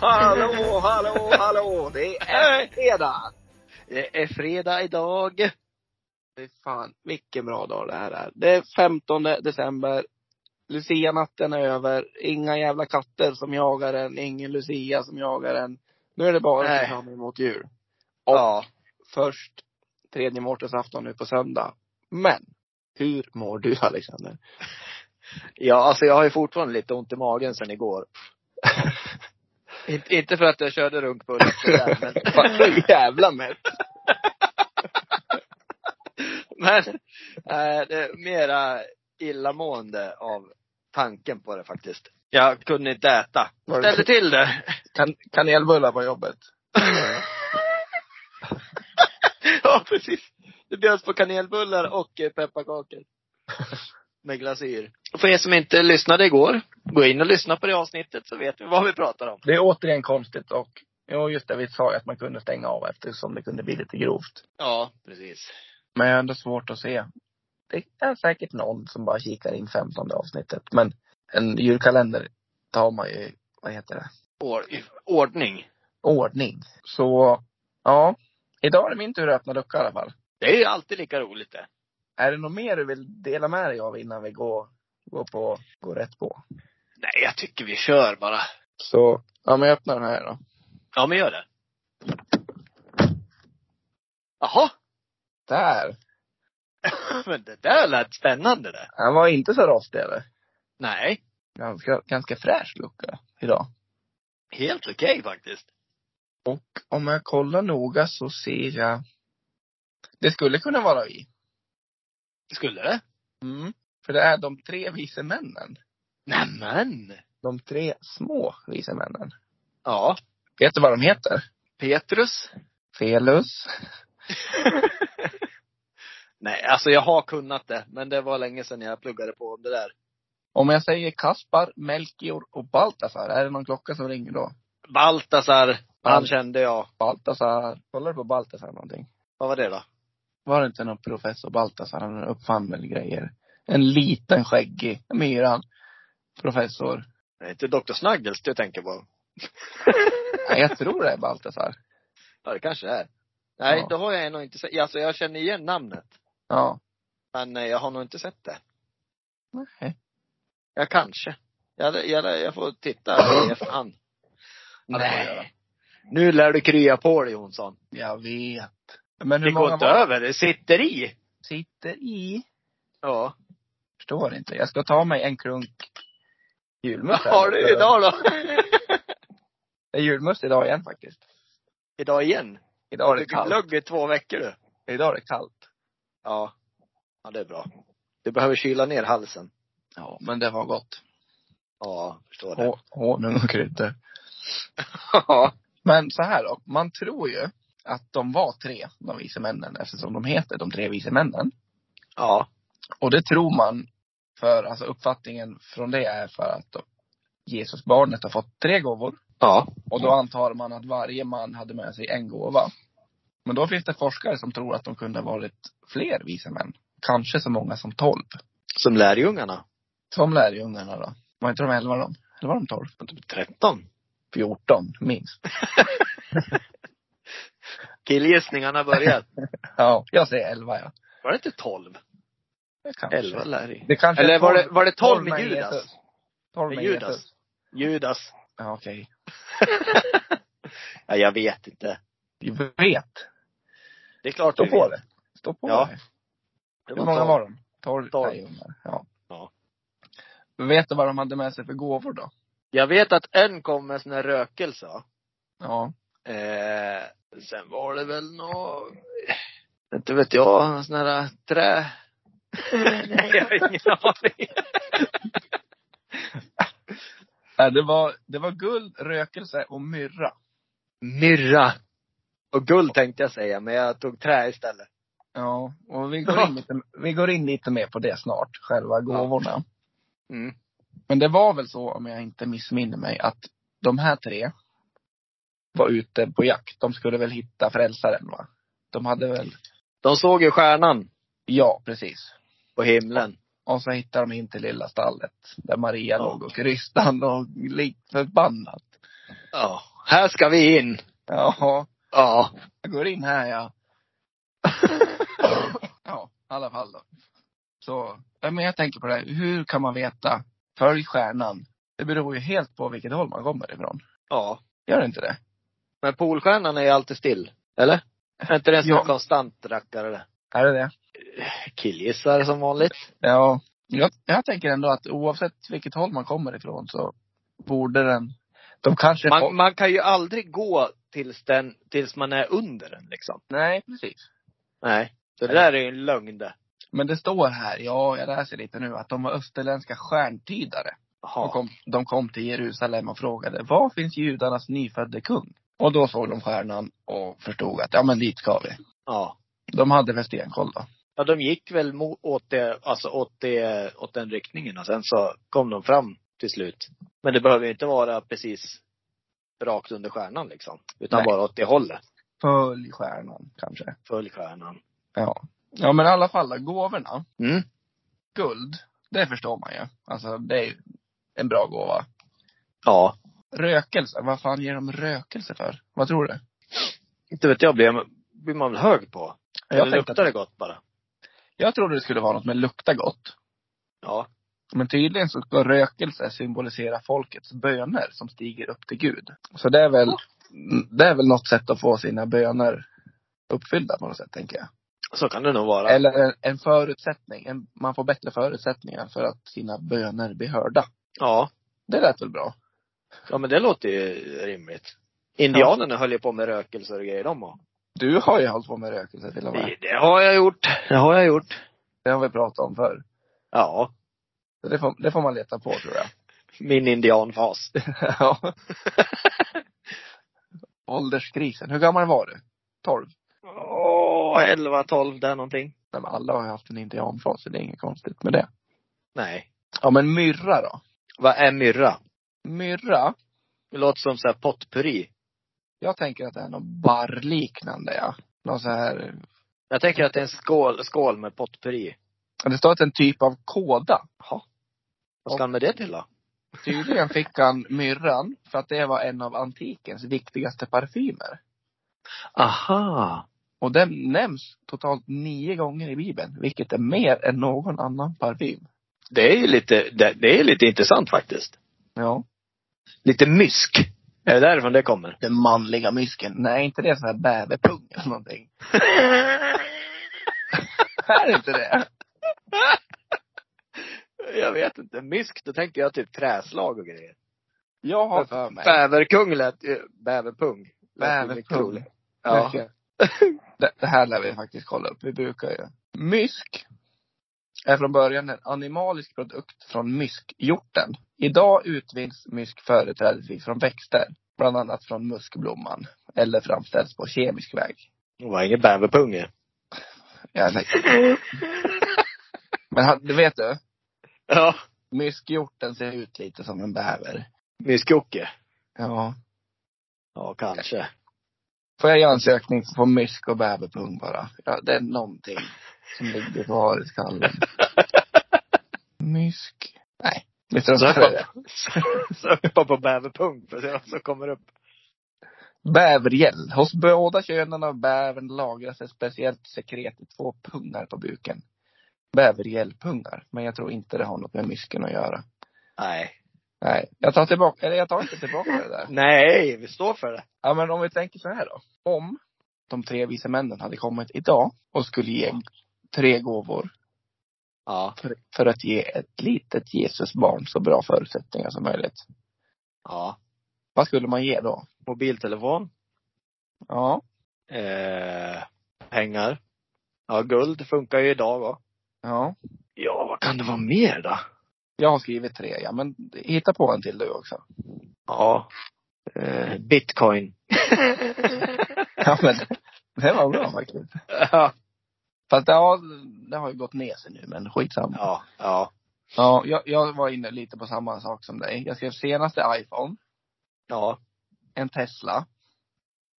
hallå, hallå, hallå! Det är fredag! Det är fredag idag. Fy fan, vilken bra dag det här är. Det är 15 december. Lucia-natten är över. Inga jävla katter som jagar en. Ingen Lucia som jagar en. Nu är det bara att Nej. se fram emot jul. Och Ja. först tredje mårtensafton nu på söndag. Men, hur mår du Alexander? ja, alltså jag har ju fortfarande lite ont i magen sen igår. inte, inte för att jag körde runkbullar sådär, men, Vad så jävla mätt! men eh, det är mera illamående av tanken på det faktiskt. Jag kunde inte äta. Var det- Ställde till det. Kan, kanelbullar på jobbet. ja, precis. Det bjöds på kanelbullar och eh, pepparkakor. Med glasyr. För er som inte lyssnade igår, gå in och lyssna på det avsnittet så vet vi vad vi pratar om. Det är återigen konstigt och, ja just det, vi sa ju att man kunde stänga av eftersom det kunde bli lite grovt. Ja, precis. Men jag har ändå svårt att se. Det är säkert någon som bara kikar in 15 avsnittet. Men en julkalender tar man ju, vad heter det, Or- ordning. ordning. Så, ja. Idag är det min tur att öppna lucka i alla fall. Det är ju alltid lika roligt det. Är det något mer du vill dela med dig av innan vi går, går på, går rätt på? Nej, jag tycker vi kör bara. Så, ja men jag öppnar den här då. Ja, men gör det. Jaha, Där! men det där lät spännande det. Den var inte så rostig eller? Nej, Ganska, ganska fräsch lucka idag. helt okej faktiskt. Om jag kollar noga så ser jag. Det skulle kunna vara vi. Skulle det? Mm. För det är de tre vise männen. Nämen! De tre små vise männen. Ja, Vet du vad de heter? Petrus. Felus. Nej, alltså jag har kunnat det, men det var länge sedan jag pluggade på om det där. Om jag säger Kaspar, Melchior och Baltasar, är det någon klocka som ringer då? Baltasar, han Ja. kände jag. Baltasar. Kollar du på Baltasar någonting? Vad var det då? Var det inte någon professor Baltasar? Han uppfann väl grejer. En liten skäggig myran. Professor. Det är inte Dr. Snuggles du tänker på? Nej, jag tror det är Baltasar. Ja, det kanske är. Nej, Ja. då har jag nog inte sett, alltså jag känner igen namnet. Ja. Men eh, jag har nog inte sett det. Nej. Jag kanske. Jag, jag, jag får titta i efterhand. Ja, det får jag göra. Nej. Nu lär du krya på dig Jonsson. Jag vet. Men hur Det går många inte var över, det sitter i. sitter i? Ja. Förstår inte. Jag ska ta mig en klunk Vad julmust. här. har du idag då? Det är julmust idag igen faktiskt. idag igen? Idag är det Du fick kallt. lugg i två veckor du. Idag är det kallt. Ja. Ja, det är bra. Du behöver kyla ner halsen. Ja, men det var gott. Ja, förstår det. Hå- Honung och kryddor. Ja. Men så här då. Man tror ju att de var tre, de vise männen, eftersom de heter de tre vise männen. ja. Och det tror man för, alltså uppfattningen från det är för att då, Jesusbarnet har fått tre gåvor. Ja. Och då antar man att varje man hade med sig en gåva. Men då finns det forskare som tror att de kunde ha varit fler vise män. Kanske så många som tolv. Som lärjungarna. Som lärjungarna då. Var inte de elva de? Eller var de tolv? Typ 13. 14 minst. Killgissningarna har börjat. Ja, jag säger 11 ja. Var det inte 12? Det kanske. 11 lärjungar. Det kanske Eller är var det, 12 var det 12 med med Judas? Jesus. 12 Med med Judas. Jesus. Judas. Ja, okej. Ja, jag vet inte. Vi vet. Det är klart Stå vi på vet. det. Stå på Ja, det. Det Hur många tolv. var de? 12 Tolv. lärjungar. Ja. Ja. Vet du vad de hade med sig för gåvor då? Jag vet att en kom med sån här rökelse. va? Ja. Eh, sen var det väl nå... Inte vet jag, en sån här äh, trä... Nej, jag har ingen aning. Nej, Äh, Det var, det var guld, rökelse och myrra. Myrra. Och guld tänkte jag säga, men jag tog trä istället. Ja, och vi går, in lite, vi går in lite mer på det snart, själva gåvorna. Mm. Men det var väl så, om jag inte missminner mig, att de här tre var ute på jakt. De skulle väl hitta frälsaren va? De hade väl, De såg ju stjärnan ja precis. på himlen. Och så hittade de in till lilla stallet där Maria Ja. låg och rystade och lik förbannat. Ja. Här ska vi in. Jaha, Ja. jag går in här ja. ja, i alla fall då. Så, ja, men jag tänker på det här. Hur kan man veta? Följ stjärnan. Det beror ju helt på vilket håll man kommer ifrån. Ja. Gör det inte det? Men polstjärnan är ju alltid still. Eller? Är inte det en sån Ja. konstant rackare det? Är det det? Killgissare som vanligt. Ja, jag, jag tänker ändå att oavsett vilket håll man kommer ifrån så borde den, de kanske Man, man kan ju aldrig gå tills, den, tills man är under den liksom. Nej, precis. Nej. Så det Nej. där är ju en lögn det. Men det står här, ja, jag läser lite nu, att de var österländska stjärntydare. Jaha. Och kom, de kom till Jerusalem och frågade, var finns judarnas nyfödde kung? Och då såg de stjärnan och förstod att, ja men dit ska vi. Ja. De hade väl stenkoll då. Ja, de gick väl mo- åt, det, alltså åt, det, åt den riktningen och sen så kom de fram till slut. Men det behöver ju inte vara precis rakt under stjärnan liksom. Utan Nej. bara åt det hållet. Följ stjärnan, kanske. Följ stjärnan. Ja. Ja men i alla fall, då, gåvorna. Mm. Guld, det förstår man ju. Alltså det är ju en bra gåva. Ja. Rökelse, vad fan ger de rökelse för? Vad tror du? Inte vet jag, blir, jag- blir man väl hög på? Jag, Eller tänkte luktar att, det gott bara? jag trodde det skulle vara något med lukta gott. Ja. Men tydligen så ska rökelse symbolisera folkets böner som stiger upp till Gud. Så det är väl, det är väl något sätt att få sina böner uppfyllda på något sätt, tänker jag. Så kan det nog vara. Eller en, en förutsättning, en, man får bättre förutsättningar för att sina böner blir hörda. Ja. Det lät väl bra? Ja men det låter ju rimligt. Indianerna höll ju på med rökelser och grejer de och. Du har ju hållit på med rökelse till och med. Det, det har jag gjort. Det har jag gjort. Det har vi pratat om förr. Ja. Så det får, det får man leta på, tror jag. Min indianfas. Ja. Ålderskrisen. Hur gammal var du? 12? Åh, 11, 12 där någonting. Nej, men alla har ju haft en indianfas, så det är inget konstigt med det. Nej. Ja, men myrra då? Vad är myrra? Myrra, Det låter som så här potpurri. jag tänker att det är något barrliknande, ja. Någon så här, Jag tänker att det är en skål, skål med potpurri. ja, det står att det är en typ av kåda. Jaha. Vad ska han med det till då? Tydligen fick han myrran för att det var en av antikens viktigaste parfymer. Aha. Och den nämns totalt nio gånger i Bibeln, vilket är mer än någon annan parfym. Det är ju lite, det, det är lite intressant faktiskt. Ja. Lite mysk. Är det därifrån det kommer? Den manliga mysken. Nej, inte det sån här bäverpung eller någonting. Är det inte det? jag vet inte. Mysk, då tänker jag typ träslag och grejer. Jag har för mig. Bäverkung lät ju, bäverpung. lät ju lite Bäverpung. roligt. Ja. Det, det här lär vi faktiskt kolla upp. Vi brukar ju. Mysk är från början en animalisk produkt från myskhjorten. Idag utvinns mysk företrädesvis från växter. Bland annat från muskblomman. Eller framställs på kemisk väg. Det var ingen bäverpung i. Jag lägger- Men han- du vet du, Ja. myskhjorten ser ut lite som en bäver. Myskjocke. Ja. Ja, kanske. Får jag göra en sökning på mysk och bäverpung bara? Ja, det är någonting som ligger kvar i skallen. Mysk. Nej, vi struntar i det. Sök bara på bäverpung för att se vad som kommer upp. Bävergäll. Hos båda könen av bävern lagras ett speciellt sekret i två pungar på buken. Bävergällpungar. Men jag tror inte det har något med mysken att göra. Nej. Nej, jag tar tillbaka, eller jag tar inte tillbaka det där. Nej, vi står för det. Ja, men om vi tänker så här då. Om de tre vise männen hade kommit idag och skulle ge tre gåvor Ja. för, för att ge ett litet Jesusbarn så bra förutsättningar som möjligt. Ja. Vad skulle man ge då? Mobiltelefon. Ja, Eh, pengar. Ja, guld funkar ju idag va. ja. Ja, vad kan det vara mer då? Jag har skrivit tre, ja. Men hitta på en till du också. Ja. Eh, bitcoin. Ja, men det var bra faktiskt. ja. Fast det har, det har ju gått ner sig nu, men skitsamma. Ja, Ja. Ja. jag, jag var inne lite på samma sak som dig. Jag skrev senaste iPhone, Ja. en Tesla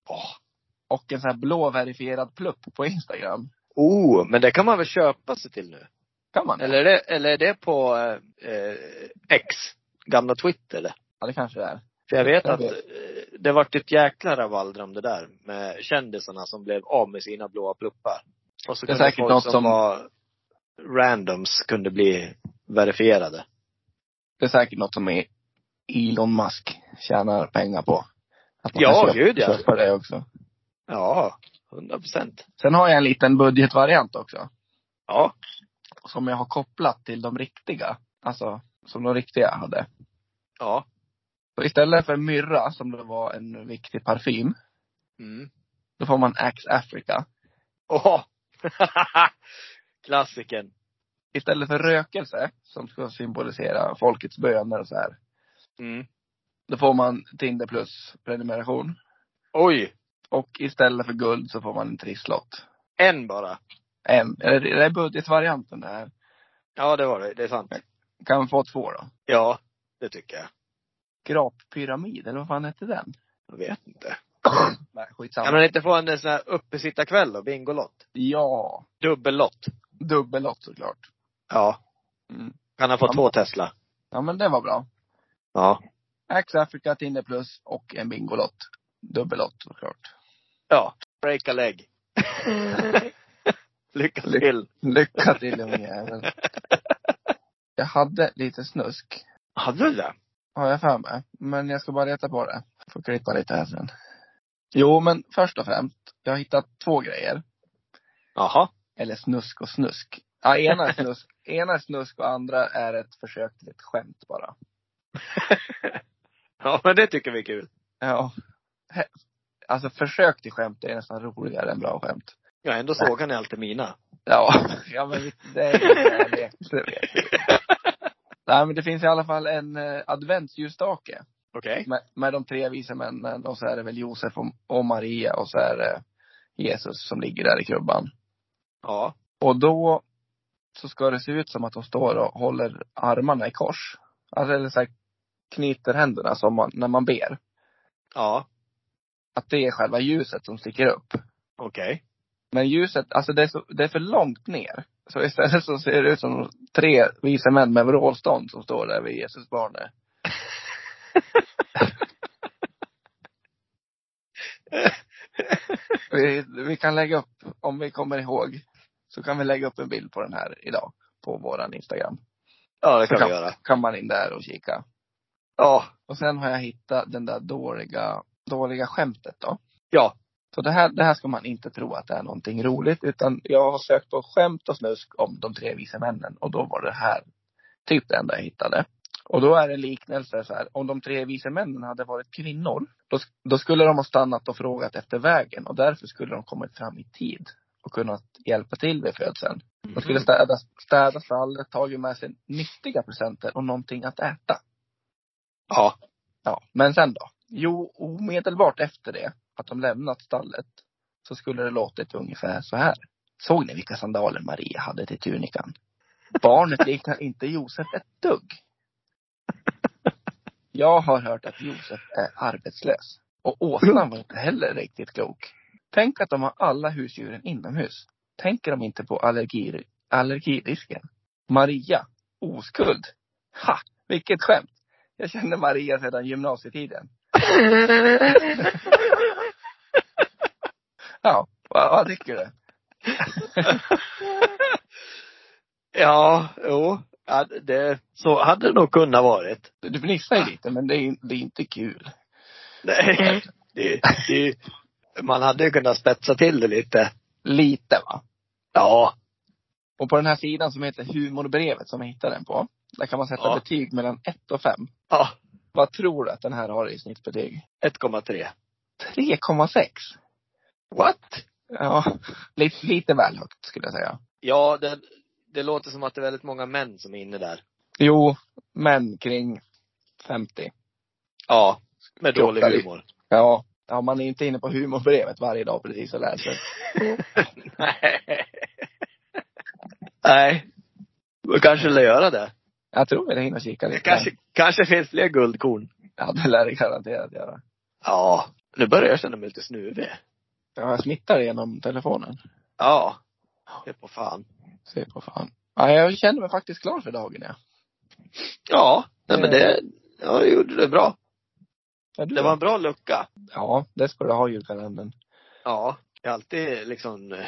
Åh. och en sån här blå verifierad plupp på Instagram. Oh, men det kan man väl köpa sig till nu? Kan man det? Eller är det, eller är det på eh, eh, X, gamla Twitter eller? Ja, det kanske det är. För jag vet Jag att eh, vet. det vart ett jäkla rabalder om det där med kändisarna som blev av med sina blåa pluppar. Och så Det är kunde säkert folk något som, som- var randoms kunde bli verifierade. Det är säkert något som är Elon Musk tjänar pengar på. Att man Ja, kan köpa, gud, ja. köpa det också. Ja, hundra procent. Sen har jag en liten budgetvariant också. Ja. Som jag har kopplat till de riktiga. Alltså, som de riktiga hade. Ja. Så istället för myrra, som det var en viktig parfym, Mm. då får man Axe Africa. Åh! Klassiken. Istället för rökelse, som ska symbolisera folkets böner och så här, Mm. då får man Tinder plus prenumeration. Oj! Och istället för guld så får man en trisslott. En bara. En, eller det är budgetvarianten det här. Ja, det var det. Det är sant. Kan man få två då? Ja, det tycker jag. Grappyramid, eller vad fan hette den? Jag vet inte. Nej, Kan skitsamma. man inte få en sån här uppesittarkväll då? Bingolott? Ja, Dubbellott? dubbellott såklart. Ja. Mm. Kan han få Ja. två Tesla? Ja men det var bra. Ja. Axe Africa, Tinder plus och en Bingolott. Dubbellott såklart. Ja. Break a leg. Lycka Lyck- till. Lycka till ungjävel. Jag hade lite snusk, Hade du det? har jag för mig. Men jag ska bara reta på det. Får klippa lite här sen. Jo, men först och främst. Jag har hittat två grejer. Jaha. Eller snusk och snusk. Ja, ena är snusk, ena är snusk och andra är ett försök till ett skämt bara. Ja, men det tycker vi är kul. Ja. He- Alltså försök till skämt är nästan roligare än bra skämt. Ja, ändå sågar ni alltid mina. Ja, ja men vi- det är det vet vi, det vet vi. Nej men det finns i alla fall en eh, adventsljusstake Okej. med, med de tre vise männen och så är det väl Josef och, och Maria och så är det Jesus som ligger där i krubban. Ja. Och då så ska det se ut som att de står och håller armarna i kors. Alltså eller så här knyter händerna som man, när man ber. Ja. Att det är själva ljuset som sticker upp. Okej. Men ljuset, alltså det är, så, det är för långt ner. Så istället så ser det ut som tre vise män med vrålstånd som står där vid Jesus barne. vi, vi kan lägga upp, om vi kommer ihåg, så kan vi lägga upp en bild på den här idag på våran Instagram. Ja, det kan Kan- vi göra. kan man in där och kika. Ja. Och sen har jag hittat den där dåliga, dåliga skämtet då. Ja. Så det här, det här ska man inte tro att det är någonting roligt utan jag har sökt på skämt och snusk om de tre vise männen och då var det här typ det enda jag hittade. Och då är det en liknelse så här, om de tre vise männen hade varit kvinnor, då, sk- då skulle de ha stannat och frågat efter vägen och därför skulle de kommit fram i tid och kunnat hjälpa till vid födseln. De Mm. skulle städa, städa stallet, tagit med sig nyttiga presenter och någonting att äta. Ja. Ja, men sen då? Jo, omedelbart efter det, att de lämnat stallet, så skulle det låtit ungefär så här. Såg ni vilka sandaler Maria hade till tunikan? Barnet liknar inte Josef ett dugg. Jag har hört att Josef är arbetslös. Och åsnan var inte heller riktigt klok. Tänk att de har alla husdjuren inomhus. Tänker de inte på allergir- allergirisken? Maria, oskuld. Ha, vilket skämt. Jag känner Maria sedan gymnasietiden. Ja, vad, vad tycker du? ja, jo. Ja, det, så hade det nog kunnat varit. Du fnissar ju lite, men det är, det är inte kul. Nej. Det, det, man hade ju kunnat spetsa till det lite. Lite va? Ja. Och på den här sidan som heter humorbrevet som jag hittade den på. Där kan man sätta Ja. betyg mellan 1 och 5. Ja. Vad tror du att den här har i snittbetyg? 1,3. 3,6. What? Ja, lite, lite väl högt skulle jag säga. Ja, det, det låter som att det är väldigt många män som är inne där. Jo, men kring 50. Ja. Med dålig Klockan. humor. Ja. Ja, man är inte inne på humorbrevet varje dag precis och läser. Nej. Nej. Vi kanske lär göra det. Jag tror vi hinner kika Det lite. kanske, kanske finns fler guldkorn. Ja, det lär det garanterat göra. Ja. Nu börjar jag känna mig lite snuvig. Ja, jag smittar genom telefonen. Ja. Det är på fan. Se på fan. Ja, jag känner mig faktiskt klar för dagen ja. Ja. Nej men det, ja, det gjorde det bra. Ja, du Det var en bra lucka. ja, det ska du ha julkalendern. Ja, det är alltid liksom eh,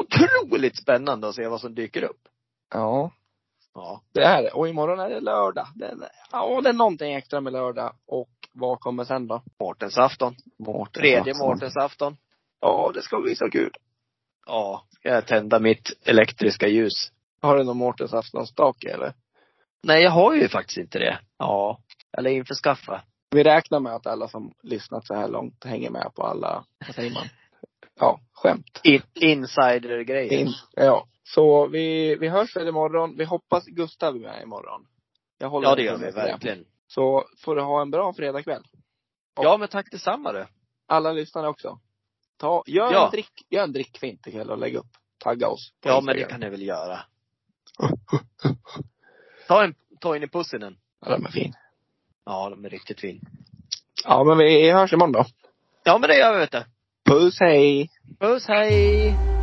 otroligt spännande att se vad som dyker upp. Ja, Ja. det är det. Och imorgon är det lördag. Det är, ja, det är någonting extra med lördag. Och vad kommer sen då? Mårtensafton. Mårten. Tredje Mårtensafton. Ja, det ska bli så kul. Ja, ska jag tända mitt elektriska ljus. Har du någon Mårtens aftonstake eller? Nej, jag har ju faktiskt inte det. Ja. Eller införskaffa. Vi räknar med att alla som lyssnat så här långt hänger med på alla, vad säger man? Ja, skämt. In, Insidergrejer. In, ja. Så vi, vi hörs väl imorgon. Vi hoppas Gustav är med imorgon. Jag håller Ja, det gör vi tummen för verkligen. Så får du ha en bra fredagkväll. Ja, men tack detsamma du. Alla lyssnare också. Ta, gör, Ja. en drick, gör en drickfint ikväll och lägg upp. Tagga oss. på Ja, men Instagram. det kan jag väl göra. Ta en, ta in i pussinen. Ja, den är fin. Ja, de är riktigt fin. Ja, men vi hörs imorgon då. Ja, men det gör vi vet du. Puss, hej! Puss, hej!